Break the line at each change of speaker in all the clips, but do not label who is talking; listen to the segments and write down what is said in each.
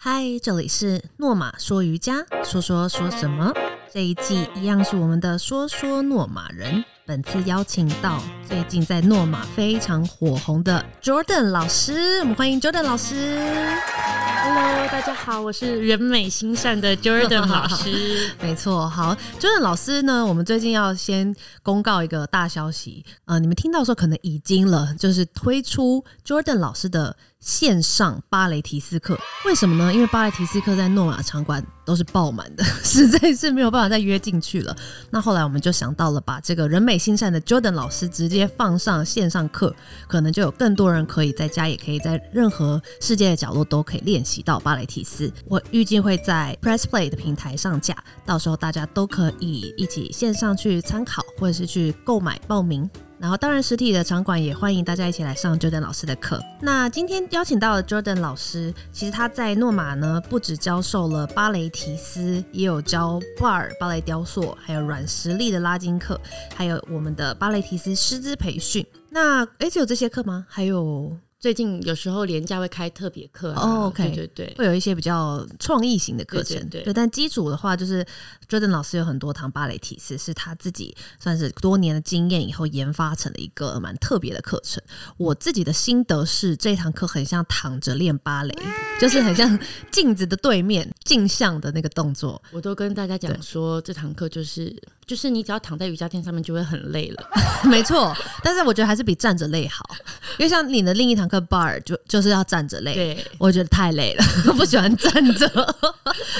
嗨，这里是诺玛说瑜伽，说说说什么？这一季一样是我们的说说诺玛人。本次邀请到最近在诺玛非常火红的 Jordan 老师，我们欢迎 Jordan 老师。
Hello，大家好，我是人美心善的 Jordan 老师。
没错，好，Jordan 老师呢，我们最近要先公告一个大消息，呃，你们听到的时候可能已经了，就是推出 Jordan 老师的线上芭蕾提斯课。为什么呢？因为芭蕾提斯课在诺亚场馆都是爆满的，实在是没有办法再约进去了。那后来我们就想到了把这个人美心善的 Jordan 老师直接放上线上课，可能就有更多人可以在家，也可以在任何世界的角落都可以练习到芭蕾体式。我预计会在 Press Play 的平台上架，到时候大家都可以一起线上去参考，或者是去购买报名。然后，当然，实体的场馆也欢迎大家一起来上 Jordan 老师的课。那今天邀请到的 Jordan 老师，其实他在诺马呢，不只教授了芭蕾提斯，也有教 bar 芭蕾雕塑，还有软实力的拉筋课，还有我们的芭蕾提斯师资培训。那诶，只有这些课吗？还有
最近有时候廉价会开特别课、啊
哦，OK
对对对，
会有一些比较创意型的课程，
对对对
但基础的话，就是 Jordan 老师有很多堂芭蕾体式是他自己算是多年的经验以后研发成的一个蛮特别的课程。我
嗯
自己的心得是，这堂课很像躺着练芭蕾， 就是很像镜子的对面镜像的那个动作。
我都跟大家讲说，这堂课就是就是你只要躺在瑜伽垫上面就会很累了，
没错，但是我觉得还是比站着累好，因为像你的另一堂课 bar 就就是要站着累，
对，
我觉得太累了， 不喜欢站着。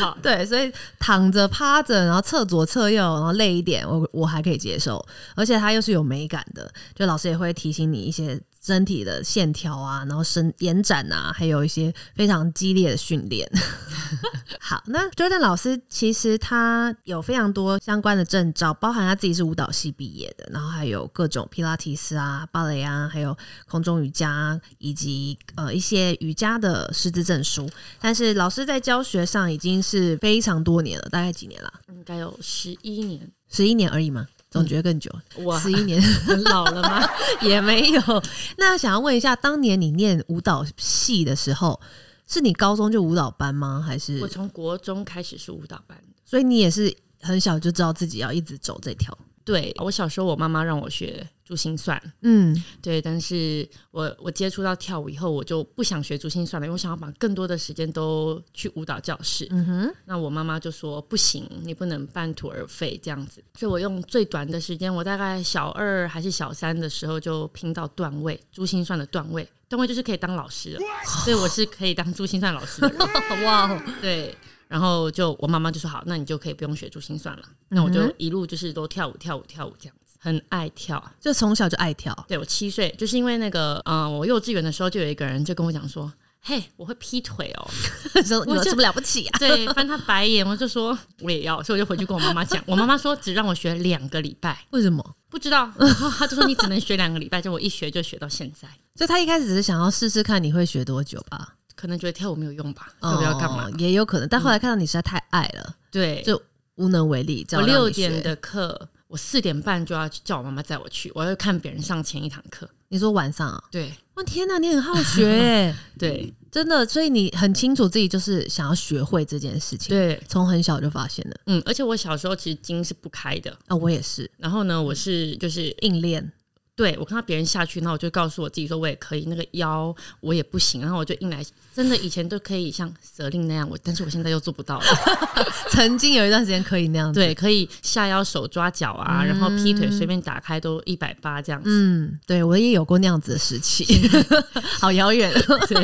好，
对，所以躺着、趴着，然后侧左、侧右，然后累一点，我我还可以接受。而且它又是有美感的，就老师也会提醒你一些身体的线条啊，然后伸延展啊，还有一些非常激烈的训练。 好，那 Jordan 老师其实他有非常多相关的证照，包含他自己是舞蹈系毕业的，然后还有各种皮拉提斯啊、芭蕾啊，还有空中瑜伽啊，以及呃一些瑜伽的师资证书。但是老师在教学上已经是非常多年了，大概几年啦？
应该有十一年，
十一年而已吗？总觉得更久，
我
十一、年
很老了吗？
也没有。那想要问一下，当年你念舞蹈系的时候，是你高中就舞蹈班吗？还是
我从国中开始是舞蹈班，
所以你也是很小就知道自己要一直走这条？
对我小时候我妈妈让我学珠心算，
嗯，
对，但是我我接触到跳舞以后，我就不想学珠心算了，因为我想要把更多的时间都去舞蹈教室。嗯哼，那我妈妈就说不行，你不能半途而废这样子，所以我用最短的时间，我大概小二还是小三的时候就拼到段位，珠心算的段位，段位就是可以当老师了，所以我是可以当珠心算老师的人。
哇哦，
对，然后就我妈妈就说好，那你就可以不用学珠心算了，那我就一路就是都跳舞跳舞跳舞这样子，很爱跳。
就从小就爱跳，
对我七岁，就是因为那个，嗯、我幼稚园的时候就有一个人就跟我讲说，嘿，我会劈腿哦，
说你有什么了不起啊？
对，翻他白眼，我就说我也要，所以我就回去跟我妈妈讲，我妈妈说只让我学两个礼拜，
为什么？
不知道，然后她就说你只能学两个礼拜，结果我一学就学到现在，
就他一开始只是想要试试看你会学多久吧，
可能觉得跳舞没有用吧，要不要干嘛？
哦也有可能，但后来看到你实在太爱了，
对，
就无能为力。只
我
好让你
六
学
点，的课，我四点半就要叫我妈妈载我去，我要看别人上前一堂课，
你说晚上啊？
对
哇天哪，你很好学 欸
对
真的，所以你很清楚自己就是想要学会这件事情，
对，
从很小就发现了。
嗯，而且我小时候其实筋是不开的，
啊，我也是
然后呢，我是就是
硬练，
对我看到别人下去，那我就告诉我自己说我也可以，那个腰我也不行，然后我就硬来。真的以前都可以像蛇令那样，我但是我现在又做不 到了。
曾经有一段时间可以那样子。
对，可以下腰手抓脚啊，然后劈腿随便打开都一百八这样子。
嗯，对我也有过那样子的时 期，好遥远。哦
对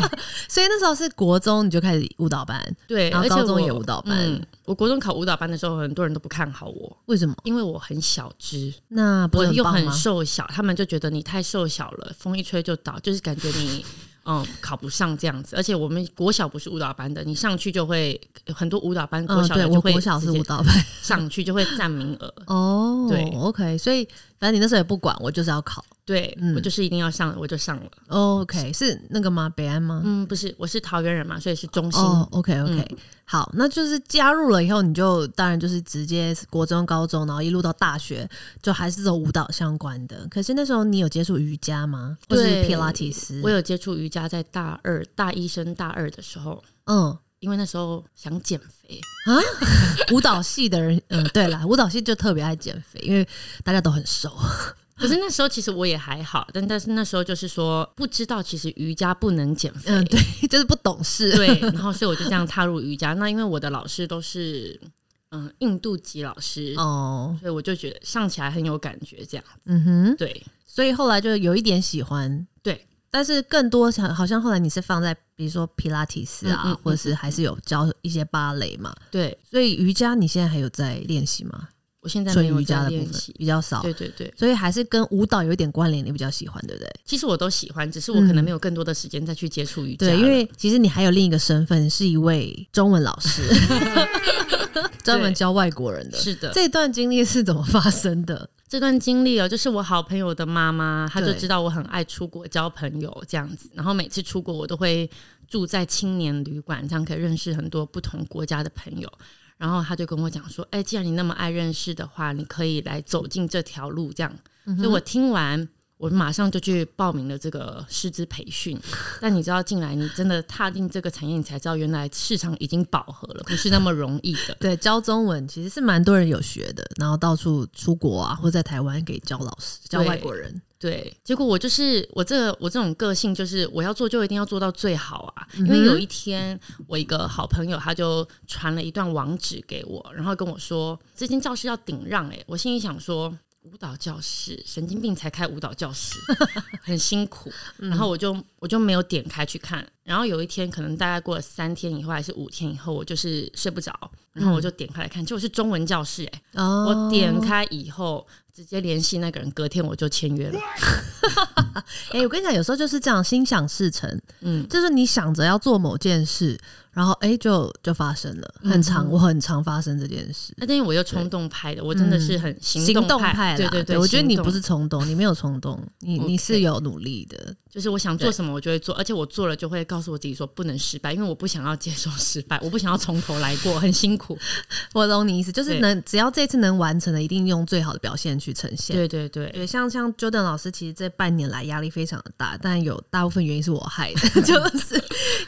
所以那时候是国中你就开始舞蹈班，
对，
然后
而且
高中
我
也舞蹈班
嗯，我国中考舞蹈班的时候，很多人都不看好我，
为什么？
因为我很小只，
那不
我
是很
又
棒
很
吗？
瘦小，他们就觉得你太瘦小了，风一吹就倒，就是感觉你 嗯考不上这样子。而且我们国小不是舞蹈班的，你上去就会很多舞蹈班国
嗯，
小
对
的
我
就会
国小是
直接
舞蹈班。
上去就会占名额。
哦，
对
，OK，所以反正你那时候也不管，我就是要考。
对、
嗯
我就是一定要上，我就上了。
OK，是那个吗？北安吗？
嗯，不是，我是桃园人嘛，所以是中心。嗯
哦，OK OK，、好，那就是加入了以后，你就当然就是直接国中、高中，然后一路到大学，就还是走舞蹈相关的。可是那时候你有接触瑜伽吗？或是
对
皮拉提斯
我？有接触瑜伽，在大二、大一升大二的时候，
嗯，
因为那时候想减肥，
舞蹈系的人，嗯， 对啦，舞蹈系就特别爱减肥，因为大家都很瘦。
可是那时候其实我也还好，但但是那时候就是说不知道，其实瑜伽不能减肥，
嗯，对， 就是不懂事。
对，然后所以我就这样踏入瑜伽。那因为我的老师都是嗯印度籍老师，
哦，
所以我就觉得上起来很有感觉，这样
嗯哼，
对。
所以后来就有一点喜欢，
对。
但是更多想，好像后来你是放在比如说皮拉提斯啊，
嗯嗯嗯
或者是还是有教一些芭蕾嘛。
对
所以瑜伽你现在还有在练习吗？
我现在没
纯
有
瑜伽
在
的部
练
分哦
习，
比较少，
对对对，
所以还是跟舞蹈有一点关联，你比较喜欢，对不对？
其实我都喜欢，只是我可能没有更多的时间再去接触瑜伽了。
嗯对， 因为其实你还有另一个身份，是一位中文老师，专门教外国人的。
是的，
这段经历是怎么发生的？
这段经历哦，就是我好朋友的妈妈，她就
对
知道我很爱出国交朋友这样子，然后每次出国我都会住在青年旅馆，这样可以认识很多不同国家的朋友。然后她就跟我讲说：“哎，既然你那么爱认识的话，你可以来走进这条路。”这样，所以我听完。我马上就去报名了这个师资培训，但你知道进来，你真的踏进这个产业，你才知道原来市场已经饱和了，不是那么容易的。
对，教中文其实是蛮多人有学的，然后到处出国啊，或在台湾给教老师、教
对
外国人。
对，结果我就是我这我这种个性，就是我要做就一定要做到最好啊。
嗯
因
哼
为有一天，我一个好朋友他就传了一段网址给我，然后跟我说这间教室要顶让、欸，我心里想说。舞蹈教室，神经病才开舞蹈教室， 很 辛苦。
嗯
然后我就我就没有点开去看。然后有一天，可能大概过了三天以后还是五天以后，我就是睡不着，然后我就点开来看，结果是中文教室、欸，
嗯哦
我点开以后，直接联系那个人，隔天我就签约了。
哎、我跟你讲，有时候就是这样，心想事成，
嗯，
就是你想着要做某件事，然后哎、就就发生了，
嗯
很常，我很常发生这件事。
那但是我又冲动派的，我真的是很行
嗯行
动
动
派。
派啦，
对对，
我觉得你
行动
不是冲动，你没有冲动，你你
OK
是有努力的，
就是我想做什么我就会做，而且我做了就会告诉我自己说不能失败，因为我不想要接受失败，我不想要从头来过，很辛苦。
我懂你意思，就是
对
能只要这次能完成的，一定用最好的表现去呈现。
对对 对，
对，像像 Jordan 老师，其实这半年来压力非常的大，但有大部分原因是我害的，就是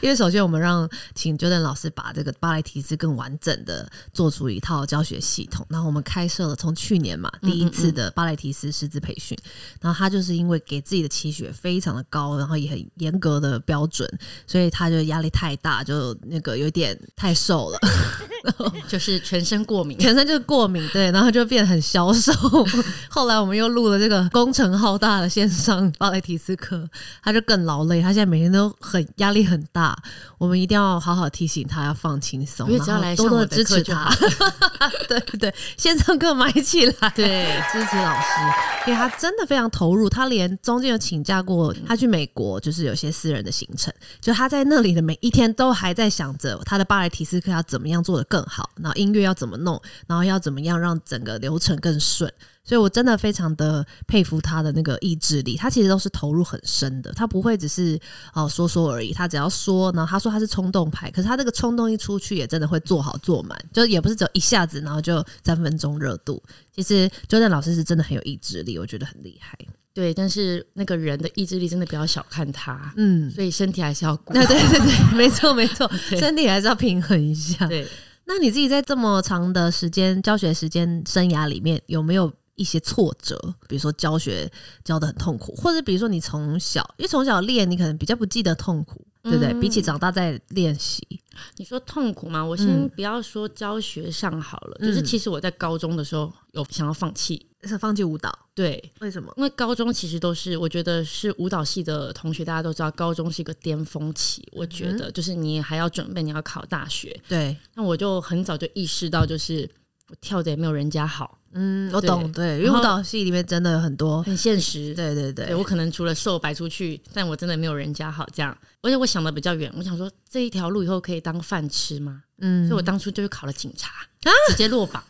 因为首先我们让请 Jordan 老师把这个芭蕾提斯更完整的做出一套教学系统，然后我们开设了从去年嘛第一次的芭蕾提斯师资培训，然后他就是因为给自己的期许非常的高，然后也很严格的标准，所以他就压力太大，就那个有点太瘦了。
就是全身过敏。
全身就是过敏，对，然后就变得很消瘦。 后来我们又录了这个工程浩大的线上芭蕾体斯课，他就更劳累，他现在每天都很压力很大。我们一定要好好提醒他要放轻松，
因为只要
然
来
后多
上
多
我
地
的
支
课
持
就
他
好。
对对，线上课买起来。
对，
支持老师，因为他真的非常投入，他连中间有请假过，他去美国就是有些私人的行程，就他在那里的每一天都还在想着他的芭蕾提斯课要怎么样做得更好，然后音乐要怎么弄，然后要怎么样让整个流程更顺。所以我真的非常的佩服他的那个意志力，他其实都是投入很深的，他不会只是哦、呃说说而已，他只要说，然后他说他是冲动派，可是他这个冲动一出去，也真的会做好做满，就是也不是只有一下子，然后就三分钟热度。其实 Jordan 老师是真的很有意志力，我觉得很厉害。
对，但是那个人的意志力真的不要小看他，
嗯，
所以身体还是要顾。
对对对对， 没错没错，
对
身体还是要平衡一下。
对，
那你自己在这么长的时间教学时间生涯里面，有没有一些挫折？比如说教学教的很痛苦，或者比如说你从小，因为从小练，你可能比较不记得痛苦，对不对？
嗯
比起长大在练习，
你说痛苦吗？我先不要说教学上好了，
嗯
就是其实我在高中的时候有想要放弃，
是放弃舞蹈，
对，
为什么？
因为高中其实都是，我觉得是舞蹈系的同学，大家都知道，高中是一个巅峰期。我觉
嗯
得就是你还要准备，你要考大学。
对，
那我就很早就意识到，就是我跳的也没有人家好，
嗯，我
对
懂，对，因为
然后
舞蹈系里面真的有很多，
很现实。
对对对
对，我可能除了瘦摆出去，但我真的没有人家好这样。而且我想的比较远，我想说这一条路以后可以当饭吃吗？
嗯啊
所以我当初就是考了警察，直接落榜。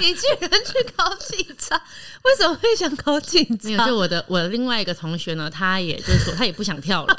你居然去考警察？为什么会想考警
没有，
察
就？我的我的另外一个同学呢，他也就是说他也不想跳了。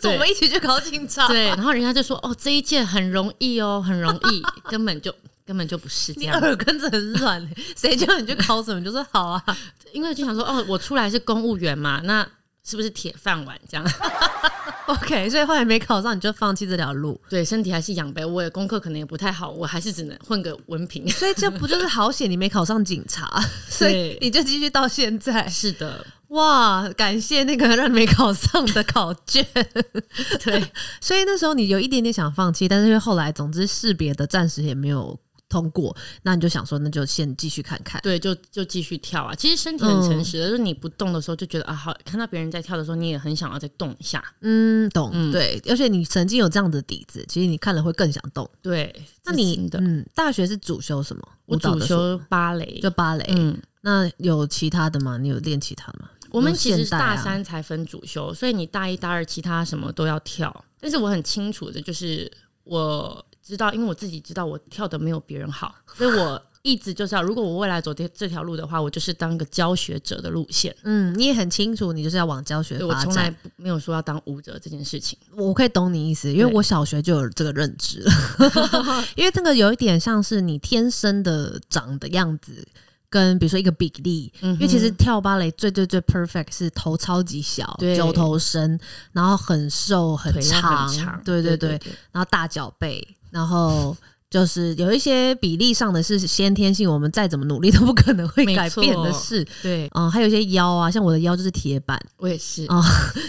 是我们一起去考警察？
对，然后人家就说：“哦，这一届很容易哦，很容易，根本就 根本就不是这
你
样。
耳根子很软欸，谁叫你去考什么，你就说好啊。”
因为就想说：“哦，我出来是公务员嘛，那是不是铁饭碗这样？”
OK，所以后来没考上，你就放弃这条路。
对，身体还是养呗，我也功课可能也不太好，我还是只能混个文凭。
所以这不就是好险你没考上警 察，所以你就继续到现在。
是的，
哇，感谢那个让你没考上的考卷。
对，
所以那时候你有一点点想放弃，但是因为后来总之识别的暂时也没有通过，那你就想说那就先继续看看。
对，就就继续跳啊。其实身体很诚实的，就是你不动的时候就觉得啊，好看到别人在跳的时候，你也很想要再动一下。
嗯，懂。
嗯
对，而且你曾经有这样的底子，其实你看了会更想动。
对，
那
这是
你
真的，
嗯，大学是主修什么？
我
舞蹈
主
的
修芭蕾，
就芭蕾。
嗯，
那有其他的吗？你有练其他的吗？
我们
有
其实
现代啊
大三才分主修，所以你大一、大二其他什么都要跳。但是我很清楚的就是，我知道，因为我自己知道我跳的没有别 人好，所以我一直就是要，如果我未来走这这条路的话，我就是当个教学者的路线。
嗯，你也很清楚，你就是要往教学
对我
发
从来
展。
不没有说要当舞者这件 事情。
我可以懂你意思，因为
对
我小学就有这个认知了。
嗯
因为这个有一点像是你天生的长的样子，跟比如说一个比例。
嗯
因
哼
为其实跳芭蕾最最最 perfect 是头超级小，
对
九头身，然后很瘦很
腿要
长，
很长，
对对
对
对，
对
然后大脚背，然后就是有一些比例上的是先天性，我们再怎么努力都不可能会
没
改变的
错
事。
对
嗯，还有一些腰啊，像我的腰就是铁板，
我也是
哦。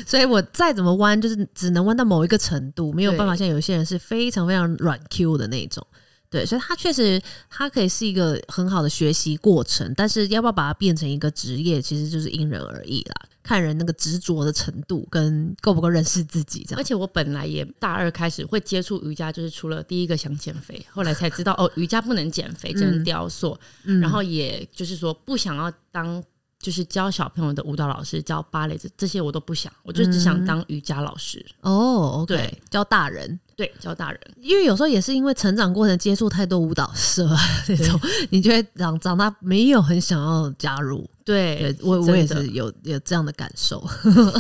所以我再怎么弯，就是只能弯到某一个程度，没有
对
办法像有一些人是非常非常软 Q 的那种。对，所以它确实它可以是一个很好的学习过程，但是要不要把它变成一个职业，其实就是因人而异啦，看人那个执着的程度跟够不够认识自己这
而
样。
且我本来也大二开始会接触瑜伽，就是除了第一个想减肥，后来才知道哦，瑜伽不能减肥，只能
嗯
雕塑。
嗯
然后也就是说不想要当就是教小朋友的舞蹈老师，教芭蕾这这些我都不想，我就只想当瑜伽老师，
哦，OK，
对
教大人，
对，教大人。
因为有时候也是因为成长过程接触太多舞蹈社 啊那种，你就会长长大没有很想要加入。
对
对，我我也
哎真的
是有有这样的感受，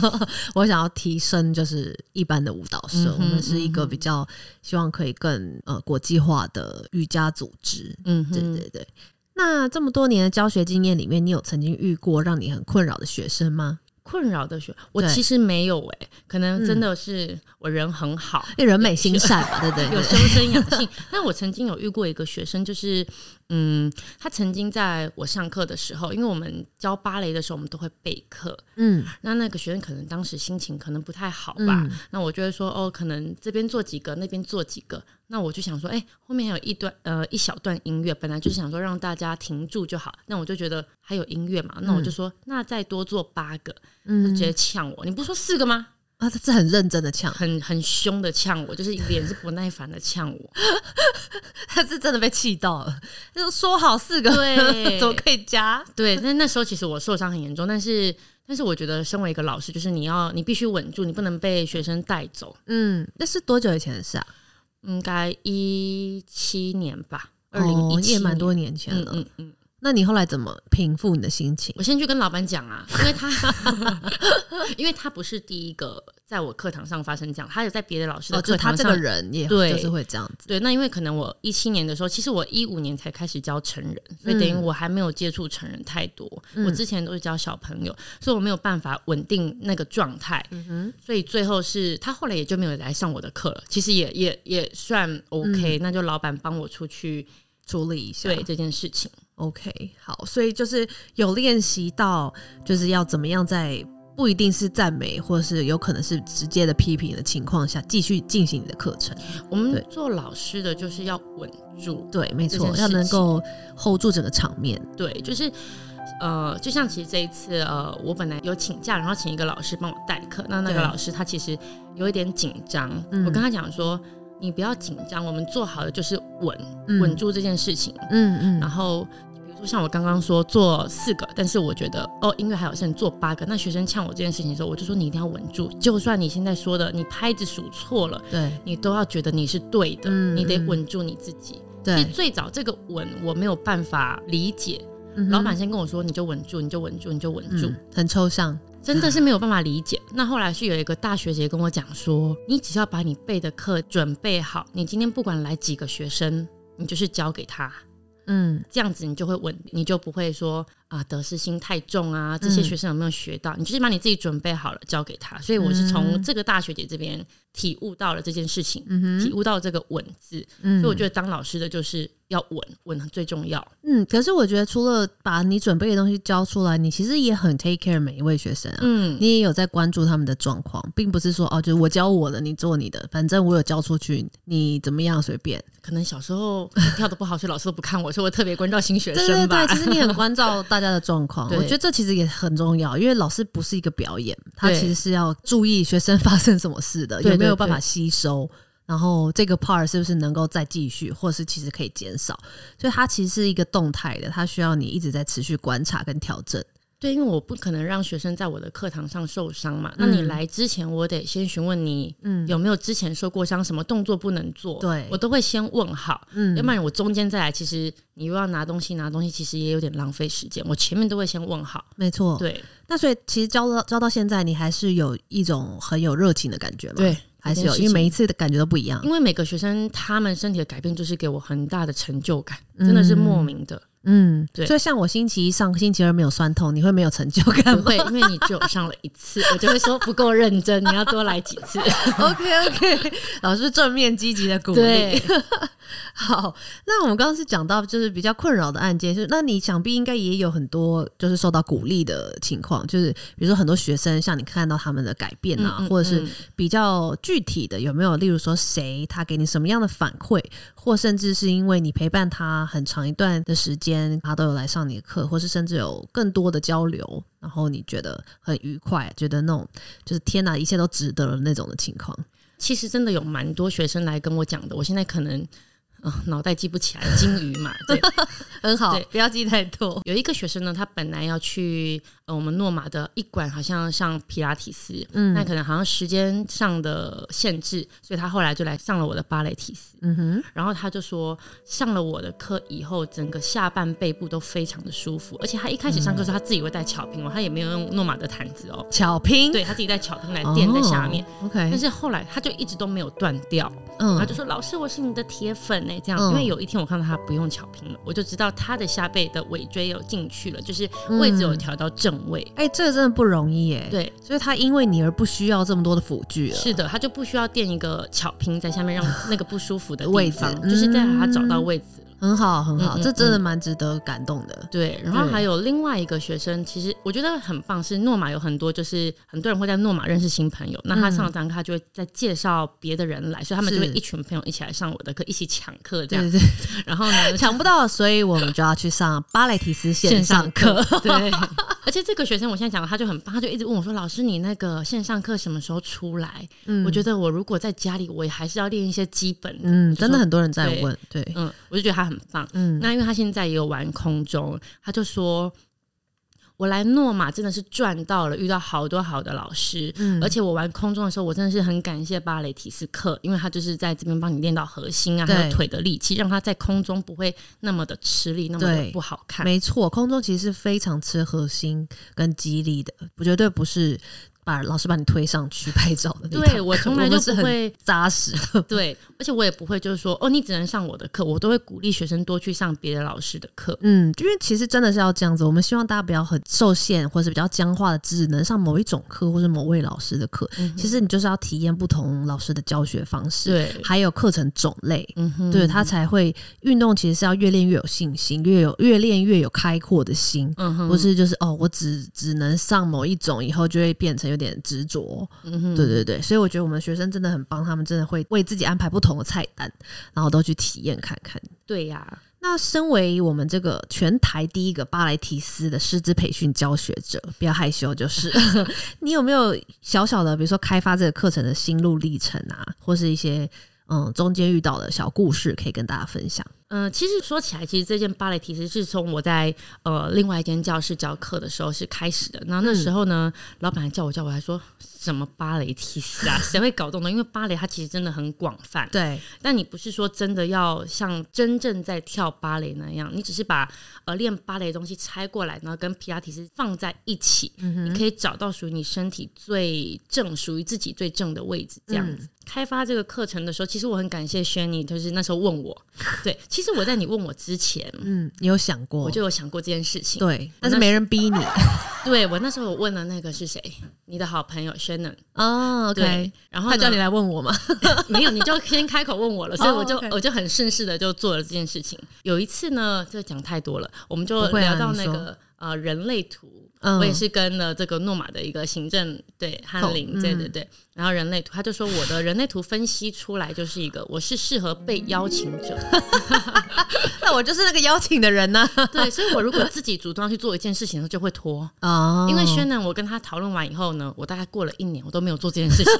我想要提升就是一般的舞蹈社，
嗯哼
我们是一个
嗯哼
比较希望可以更呃国际化的瑜伽组织。
嗯
对
哼，
对对。那这么多年的教学经验里面，你有曾经遇过让你很困扰的学生吗？
困扰的学我
对
其实没有哎、可能
嗯
真的是我人很好，
因为人美心善嘛，对不对？
有
对
修身养性。 但我曾经有遇过一个学生，就是嗯，他曾经在我上课的时候，因为我们教芭蕾的时候，我们都会备课，
嗯
那那个学生可能当时心情可能不太好吧，
嗯
那我就会说哦，可能这边做几个，那边做几个。那我就想说，哎、后面还有一段呃一小段音乐，本来就是想说让大家停住就好。那我就觉得还有音乐嘛，那我就说、那再多做八个，就直
嗯
接呛我。你不是说四个吗？
啊，这是很认真的呛，
很很凶的呛 我，就是脸是不耐烦的呛我。
他是真的被气到了，就说好四个，
对
怎么可以加？
对，但那时候其实我受伤很严重，但是但是我觉得身为一个老师，就是你要你必须稳住，你不能被学生带走。
嗯，那是多久以前的事啊？
应该一七年吧，二零
哦
一，七
也蛮多年前
嗯
了。
嗯嗯。
那你后来怎么平复你的心情？
我先去跟老板讲啊，因为他， 因为他不是第一个在我课堂上发生这样，他有在别的老师的
哦，就
课
是他
堂
这
上。
个人也
对
就是会这样子。
对，那因为可能我一七年的时候，其实我一五年才开始教成人，所以
嗯
等于我还没有接触成人太多。
嗯
我之前都是教小朋友，所以我没有办法稳定那个状态。
嗯哼，
所以最后是他后来也就没有来上我的课了。其实也也也算 OK，、那就
嗯
老板帮我出去
处理一下。
对这件事情。
，OK，好，所以就是有练习到，就是要怎么样在不一定是赞美，或是有可能是直接的批评的情况下，继续进行你的课程。
我
对
们做老师的就是要稳住，
对，没
这
错，
件
要
事
能
情
够 hold 住整个场面。
对，就是呃，就像其实这一次呃，我本来有请假，然后请一个老师帮我代课。那那个
对
老师他其实有一点紧张，
嗯
我跟他讲说，你不要紧张，我们做好的就是稳
嗯
稳住这啊件事情。
嗯
然
嗯，
后比如说像我刚刚说做四个，但是我觉得哦，音乐还有剩做八个。那学生呛我这件事情的时候，我就说你一定要稳住，就算你现在说的你拍子数错了，
对
你都要觉得你是对的，
嗯
你得
嗯
稳住你自己。其实
对，嗯
最早这个稳我没有办法理解。
嗯哼
老板先跟我说，你就稳住，你就稳住，你就稳住，
嗯很抽象。
真的是没有办法理解。那后来是有一个大学姐跟我讲说，你只要把你备的课准备好，你今天不管来几个学生，你就是交给他，
嗯
这样子你就会稳，你就不会说啊得失心太重啊，这些学生有没有学到？你就是把你自己准备好了交给他。所以我是从这个大学姐这边体悟到了这件事情，体悟到这个稳字。所以我觉得当老师的就是要稳，稳最重要。
嗯，可是我觉得除了把你准备的东西交出来，你其实也很 take care 每一位学生啊。
嗯，
你也有在关注他们的状况，并不是说哦，就是我教我的，你做你的，反正我有交出去，你怎么样随便。
可能小时候跳的不好，所以老师都不看我，所以我特别关照新学
对对对，
生吧。
其实你很关照大家的状 况，
对
我觉得这其实也很重要，因为老师不是一个表演，他
对
其实是要注意学生发生什么事的，
对
有没有
对
办法吸收。然后这个 part 是不是能够再继续，或是其实可以减少？所以它其实是一个动态的，它需要你一直在持续观察跟调整。
对，因为我不可能让学生在我的课堂上受伤嘛。那你来之前，我得先询问你
嗯，
有没有之前受过伤，什么动作不能做，
对
我都会先问好。
嗯
要不然我中间再来，其实你又要拿东西拿东西，其实也有点浪费时间。我前面都会先问好。
没错。
对
那所以其实教到教到现在，你还是有一种很有热情的感觉嘛？，
对，
还是
这件
有，
事
因为
情
每一次的感觉都不一样
因。为每个学生他们身体的改变，就是给我很大的成就感，真的是莫名的。
嗯，
对
所以像我星期一上、星期二没有酸痛，你会没有成就感吗
不会，因为你只有上了一次， 我就会说不够认真，你要多来几 次。
？OK OK，老 师正面积极的鼓励。
对，
好，那我们刚刚是讲到就是比较困扰的案件，就是那你想必应该也有很多就是受到鼓励的情况，就是比如说很多学生像你看到他们的改变啊，
嗯嗯
或者是
嗯
比较具体的，有没有例如说谁他给你什么样的反馈，或甚至是因为你陪伴他很长一段的时间，他都有来上你的课，或是甚至有更多的交流，然后你觉得很愉快，觉得那种就是天哪，一切都值得了那种的情况。
其实真的有蛮多学生来跟我讲的，我现在可能。啊、脑袋记不起来，金鱼嘛。 对，
很好
对，
不要记太多。
有一个学生呢，他本来要去呃我们诺马的一馆，好像上皮拉提斯，
嗯
那可能好像时间上的限制，所以他后来就来上了我的芭蕾提斯。
嗯哼，
然后他就说，上了我的课以后，整个下半背部都非常的舒服，而且他一开始上课的时候，他自己会带巧拼哦，他也没有用诺马的毯子哦，
巧拼，
对他自己带巧拼来垫在下面。
嗯哦 OK，
但是后来他就一直都没有断掉，
嗯
然后就说：“老师，我是你的铁粉欸呢。”这样，
嗯
因为有一天我看到他不用巧拼了，我就知道他的下背的尾椎有进去了，就是位
嗯
置有调到正位。
哎、这个真的不容易耶。，
对，
所以他因为你而不需要这么多的辅具了。
是的，他就不需要垫一个巧拼在下面，让 那个不舒服的
位
地
置
方，就是再让他找到位置。
很好，很好，
嗯嗯
这真的蛮值得感动的。
对，然后
对
还有另外一个学生，其实我觉得很棒，是诺玛有很多，就是很多人会在诺玛认识新朋友。那他上了堂课，他就会再介绍别的人来，所以他们就会
是嗯
一群朋友一起来上我的课，一起抢课这
对
样。
对对，
然后呢，
抢不到，所以我们就要去上芭蕾提斯线上课。
课，对。而且这个学生，我现在讲他就很棒，他就一直问我说：“老师，你那个线上课什么时候出来？”
嗯
我觉得我如果在家里，我也还是要练一些基本的。
嗯，
我就说
真的很多人在问，对，
嗯，我就觉得他很棒。
嗯，
那因为他现在也有玩空中，他就说：“我来诺马真的是赚到了，遇到好多好的老师。
嗯
而且我玩空中的时候，我真的是很感谢芭蕾体式课，因为他就是在这边帮你练到核心啊，还有
对
腿的力气，让他在空中不会那么的吃力，那么
对
的不好看。
没错，空中其实是非常吃核心跟肌力的，我绝对不是把老师把你推上去拍照的那一
对
堂
我
课
从来
们
就是不
很
会
扎实的。
对，而且我也不会就是说哦，你只能上我的课，我都会鼓励学生多去上别的老师的课。
嗯，因为其实真的是要这样子，我们希望大家不要很受限，或是比较僵化的，只能上某一种课或是某位老师的课。
嗯
其实你就是要体验不同老师的教学方式，
对，
还有课程种类，
嗯哼
对他才会运动。其实是要越练越有信心，越有越练越有开阔的心。
嗯哼，
不是，就是哦，我只只能上某一种，以后就会变成有点执着。
嗯哼，
对对对，所以我觉得我们学生真的很棒，他们真的会为自己安排不同的菜单，然后都去体验看看。
对呀、
那身为我们这个全台第一个巴莱提斯的师资培训教学者，不要害羞，就是 你有没有小小的，比如说开发这个课程的心路历程啊，或是一些嗯中间遇到的小故事，可以跟大家分享？
嗯、其实说起来，其实这件芭蕾体式是从我在呃另外一间教室教课的时候是开始的。然后那时候呢，老板还叫我叫我，还说什么芭蕾体式啊，谁会搞懂呢？因为芭蕾它其实真的很广泛，
对，
但你不是说真的要像真正在跳芭蕾那样，你只是把呃练芭蕾的东西拆过来，然后跟皮拉提斯放在一起，
嗯
你可以找到属于你身体最正、属于自己最
嗯
正 的位置，这样子。开发这个课程的时候，其实我很感谢轩尼，就是那时候问我，对，其其实我在你问我之前，
嗯，你有想过？
我就有想过这件事情。
对，但是没人逼你
对我那时候我问了那个是谁，你的好朋友 Shannon，
哦。
对
OK，，
然后
他
呢
叫你来问我嘛？
没有，你就先开口问我了，所以
哦
我就、
OK
我就很顺势的就做了这件事情。有一次呢，这个讲太多了，我们就
不会啊
聊到那
你
个、呃人类图，
嗯
我也是跟了这个诺马的一个行政对汉
嗯
林，对对对，然后人类图，他就说我的人类图分析出来就是一个我是适合被邀请 者，
那我就是那个邀请的人呢。
对，所以我如果自己主动去做一件事情，就会 拖。
哦，
因为轩呢，我跟他讨论完以后呢，我大概过了一年，我都没有做这件 事情，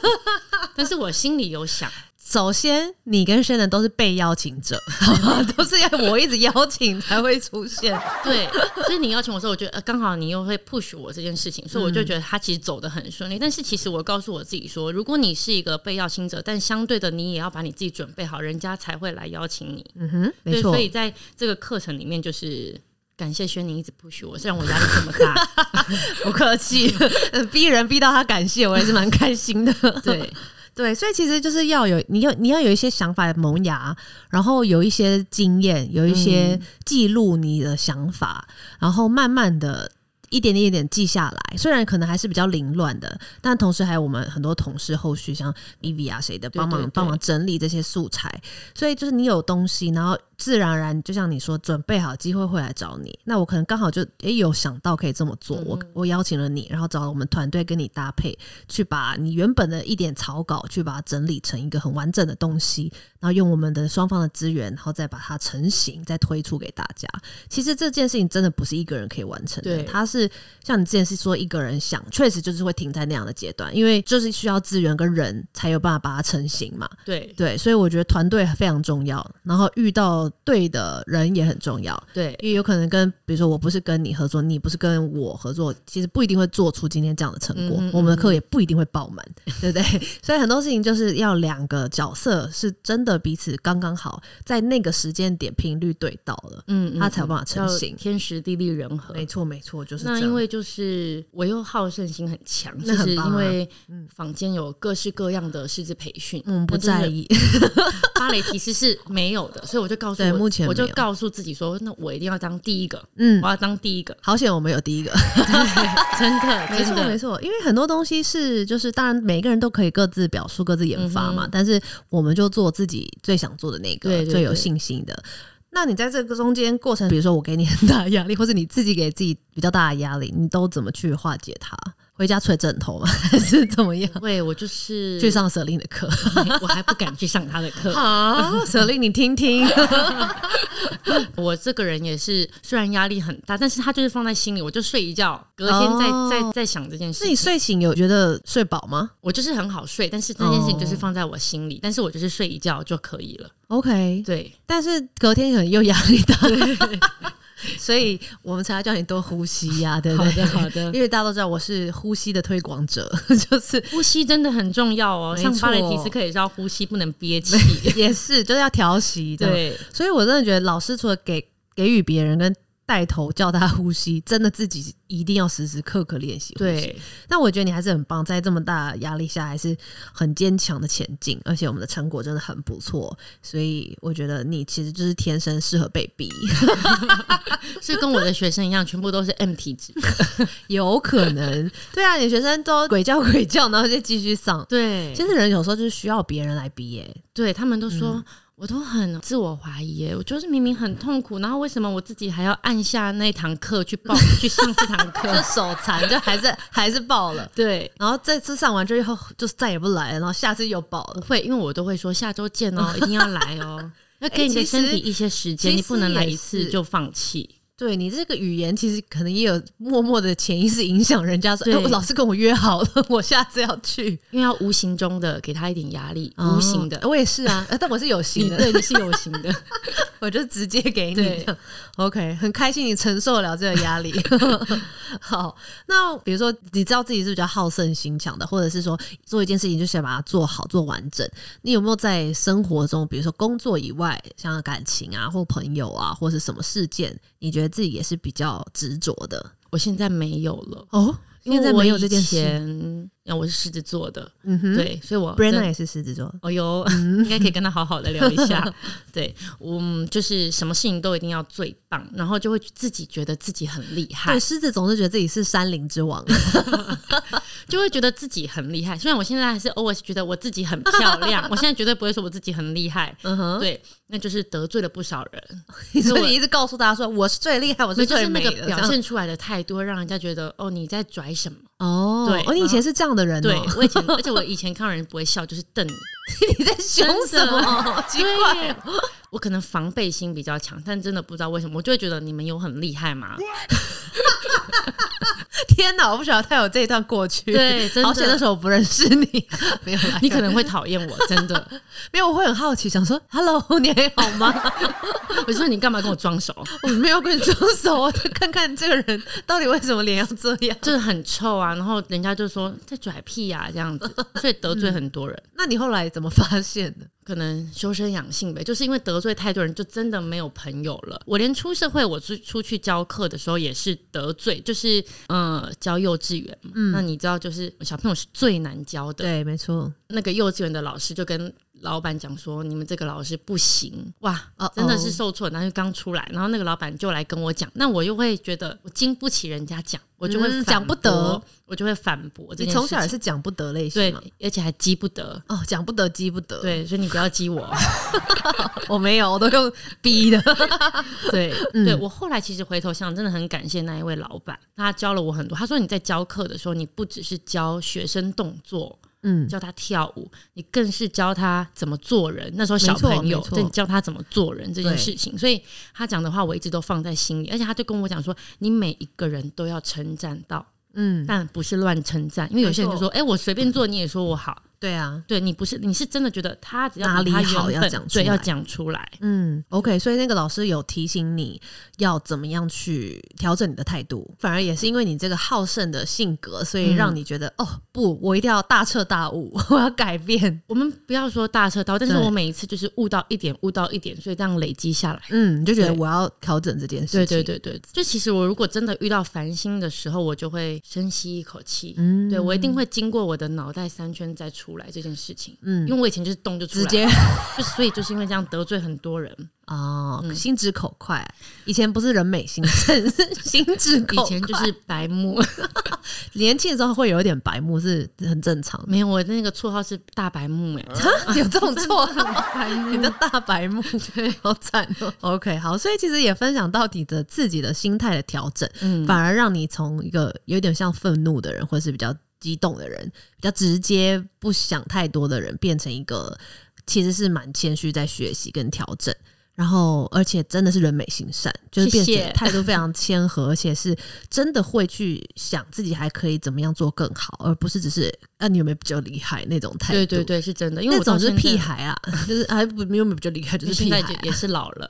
但是我心里有想，
首先你跟轩仁都是被邀请者， 都是要我一直邀请才会出现。
对，所以你邀请我的时候，我觉得呃刚好你又会 push 我这件事情，所以我
嗯
就觉得他其实走得很顺利。但是其实我告诉我自己说，如果你是一个被邀请者，但相对的你也要把你自己准备好，人家才会来邀请你。
嗯哼，没
对，
错
所。以在这个课程里面，就是感谢轩宁一直 push 我，虽然我压力这么大，
不客气， 逼人逼到他感谢我也是蛮开心的。
对
对，所以其实就是要有你有你要有一些想法的萌芽，然后有一些经验，有一些记录你的想法，然后慢慢的。一点点一点记下来，虽然可能还是比较凌乱的，但同时还有我们很多同事后续像 Vivi 啊谁的
对
帮忙
对对
帮忙整理这些素材，所以就是你有东西，然后自然而然就像你说，准备好机会会来找你。那我可能刚好就也、诶有想到可以这么做，我我邀请了你，然后找了我们团队跟你搭配，去把你原本的一点草稿去把它整理成一个很完整的东西，然后用我们的双方的资源，然后再把它成型，再推出给大家。其实这件事情真的不是一个人可以完成的，
对
它是像你之前是说一个人想，确实就是会停在那样的阶段，因为就是需要资源跟人才有办法把它成型嘛。
对
对，所以我觉得团队非常重要，然后遇到对的人也很重要。
对
因为有可能跟，比如说我不是跟你合作，你不是跟我合作，其实不一定会做出今天这样的成果，
嗯嗯嗯
我们的课也不一定会爆满，对不对？ 所以很多事情就是要两个角色是真的彼此刚刚好，在那个时间点频率对到了，
嗯，嗯
它才有办法成
叫
型。
天时地利人和，
没错，没错，就是
那
这样
因为就是我又好胜心很强，
那
就
很
是
棒啊
因为坊间有各式各样的师资培训，
我嗯们不
那真的
在意，
芭蕾其实是没有的，所以我就告诉
对
我
目前
我就
没有
告诉自己说，那我一定要当第一个，
嗯
我，要当第一个，
好险我们有第一个。
真 的，
没
真
错，没
的，
错，因为很多东西是就是，当然每个人都可以各自表述、各自研发嘛，
嗯哼
但是我们就做自己最想做的那个、
对对对
最有信心的。那你在这个中间过程，比如说我给你很大的压力，或者你自己给自己比较大的压力，你都怎么去化解它？回家捶枕头吗？ 还是怎么样？
对我就 是
去，上舍令的课？
我还不敢去上他的课。
好， 舍令，你听听。
我这个人也是，虽然压力很大，但是他就是放在心里，我就睡一觉，隔天再、
哦
再再想这件事
那你
情。
睡醒有觉得睡饱吗
我就是很好睡，但是这件事情就是
哦
放在我心里，但是我就是睡一觉就可以了。
？OK，
对，
但是隔天可能又压力大， 所以我们才要叫你多呼吸呀、对不
好
对？
的好的
因为大家都知道我是呼吸的推广者， 就是
呼吸真的很重要哦，
没
像芭蕾
错
提斯课也是要呼吸，不能憋气。
也是就是要调息的。
对，
所以我真的觉得老师除了给给予别人跟带头叫他呼吸，真的自己一定要时时刻刻练习呼吸。
对，
但我觉得你还是很棒，在这么大的压力下，还是很坚强的前进，而且我们的成果真的很不错，所以我觉得你其实就是天生适合被逼，
是跟我的学生一样，全部都是 M 体质。
有可能，对啊，你学生都鬼叫 鬼叫，然后就继续上。
对，
其实人有时候就是需要别人来逼耶、
对他们都说。我都很自我怀疑耶，我就是明明很痛苦，然后为什么我自己还要按下那堂课去报去上这堂
就
课？
手残，就还是还是爆了。
对，
然后这次上完之后，就是再也不来了，然后下次又爆
不
了。
会，因为我都会说下周见 哦，一定要来哦，要给你
哎
的
其实
身体一些
其
时间，你
实
不能来
也
一次
是
就放弃。
对你这个语言，其实可能也有默默的潜意识影响人家说，哎、
对
我老师跟我约好了，我下次要去。
因为要无形中的给他一点压力，无形的
哦，我也是啊，呃但我是有
你
形的，
对你是有形的，
我就直接给你
对
这样。OK，很开心你承受得了这个压力。 好，那比如说你知道自己是比较好胜心强的，或者是说做一件事情就想把它做好、做完整，你有没有在生活中，比如说工作以外，像感情啊，或朋友啊，或是什么事件，你觉得自己也是比较执着的？
我现在没有了。
哦，
因
现
为
在
我
没有
以
这件事。
前然后我是狮子座的，
嗯哼，
对，所以我真
Brenna 也是狮子座，
哦哟，
嗯
应该可以跟他好好的聊一 下。对，嗯，就是什么事情都一定要最棒，然后就会自己觉得自己很厉害
对，，狮子总是觉得自己是山林之王，
就会觉得自己很厉害。虽然我现在还是 always 觉得我自己很漂 亮，我现在绝对不会说我自己很厉害。
嗯 哼，
对，那就是得罪了不少人，
所以
我
你一直告诉大家说我是最厉害，我是
就
最
是那
美
个
的，
表
这样
现出来的态度，会让人家觉得哦你在拽什么？
哦，
对
哦，你以前是这样的人
对
哦，
我以前，而且我以前看到人不会笑，就是瞪你。
你在凶什 么？奇怪
对， 我可能防备心比较强，但真的不知道为什么，我就会觉得你们有很厉害嘛。
天哪，我不晓得他有这一段过去，
对真的
好险那时候我不认识你，没有 啦，
你可能会讨厌我，真的。
没有，我会很好奇，想说 Hello，你 还好吗？
我就说你干嘛跟我装熟？
我没有跟你装熟，我就看看这个人到底为什么脸要这样。
就是很臭啊，然后人家就说在拽屁呀、这样子，所以得罪很多人。
那你后来怎么发现的？
可能修身养性呗，就是因为得罪太多人，就真的没有朋友了。我连出社会，我出出去教课的时候也是得罪，就是嗯、呃教幼稚园嘛。那你知道，就是小朋友是最难教的。
对，没错，
那个幼稚园的老师就跟老板讲说：“你们这个老师不行，哇
哦哦，
真的是受挫。”然后就刚出来，然后那个老板就来跟我讲，那我又会觉得我经不起人家讲，我就会
嗯
反
讲不
驳
得，
我就会反驳
你
这件事情。
从小也是讲不得类型
对
嘛。，
而且还激不得。
哦，讲不得，激不得。，
对，所以你不要激 我。
我没有，我都用逼的。
对，
嗯
对我后来其实回头想，真的很感谢那一位老板，他教了我很多。他说你在教课的时候，你不只是教学生动作，
嗯，
教他跳舞，你更是教他怎么做人。那时候小
没错
朋友
没，错
对你教他怎么做人这件
对
事情，所以他讲的话我一直都放在心里，而且他就跟我讲说，你每一个人都要称赞到，
嗯，
但不是乱称赞，因为有些人就
没
说，哎、我随便做你也说我好，
对啊，
对你不是，你是真的觉得他只要
哪
比他
里好
原
要
本
讲出
对，要
来
讲出来。
嗯，OK，所以那个老师有提醒你要怎么样去调整你的态度，反而也是因为你这个好胜的性格，所以让你觉得、哦不，我一定要大彻大悟， 我要改变。
我们不要说大彻大悟，但是
对
我每一次就是悟到一点，悟到一点，所以这样累积下来。
嗯，你就觉得
对
我要调整这件事
对
情。
对对对，就其实我如果真的遇到烦心的时候，我就会深吸一口气，
嗯
对我一定会经过我的脑袋三圈再出来这件事情。
嗯
因为我以前就是动就出来
直
了，
接
就所以就是因为这样得罪很多人。
哦，
嗯
心直口快。以前不是人美心善，是 心直口
以
快。
前就是白目，
年轻的时候会有一点白目，是很正常的。
没有我那个绰号是大白目哎、
哈有这种错吗？
白
你
目
的大白 目，对，好惨哦。OK，好，所以其实也分享到你的自己的心态的调整，
嗯
反而让你从一个有点像愤怒的人，或是比较激动的人，比较直接、不想太多的人，变成一个其实是蛮谦虚在学习跟调整。然后，而且真的是人美心善，就是变
谢
得
谢
态度非常谦和，而且是真的会去想自己还可以怎么样做更好，而不是只是啊你有没有比较厉害那种态度。
对对对，是真的，因为
那
我到
种是
现在
屁，孩啊， 就是还不没有比较厉害，就
就是是现
屁孩
在
啊
就，也是老 了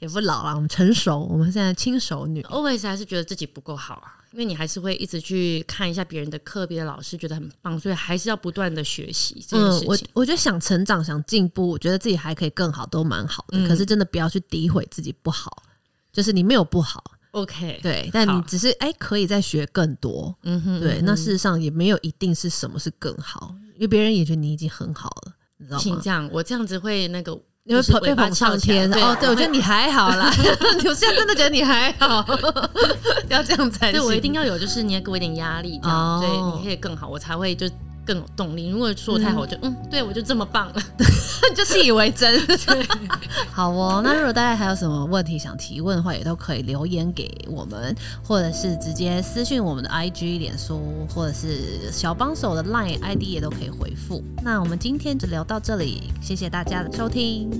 也不老了，我们成熟，我们现在轻熟女。
，always 还是觉得自己不够好啊。因为你还是会一直去看一下别人的课，别的老师觉得很棒，所以还是要不断的学习这件事
嗯，
情。
我我觉得想成长、想进步，我觉得自己还可以更好，都蛮好的。
嗯
可是真的不要去诋毁自己不好，就是你没有不好，
OK，
对，但你
好
只是哎、可以再学更多，
嗯哼，
对。那事实上也没有一定是什么是更好，因为别人也觉得你已经很好了，你知道
请
吗？
这样，我这样子会那个，
你会
就是
捧被
尾巴
捧上
翘起来
天哦，对我觉得
会
你还好啦， 我现在真的觉得你还好， 要这样才
对
行。
我一定要有，就是你要给我一点压力，这
哦
样对，你可以更好，我才会就更有动力。如果说我太好，我就嗯，对我就这么棒了。
你 就信以为真。好哦，那如果大家还有什么问题想提问的话，也都可以留言给我们，或者是直接私信我们的 IG、脸书，或者是小帮手的 LINE ID 也都可以回复。那我们今天就聊到这里，谢谢大家的收听，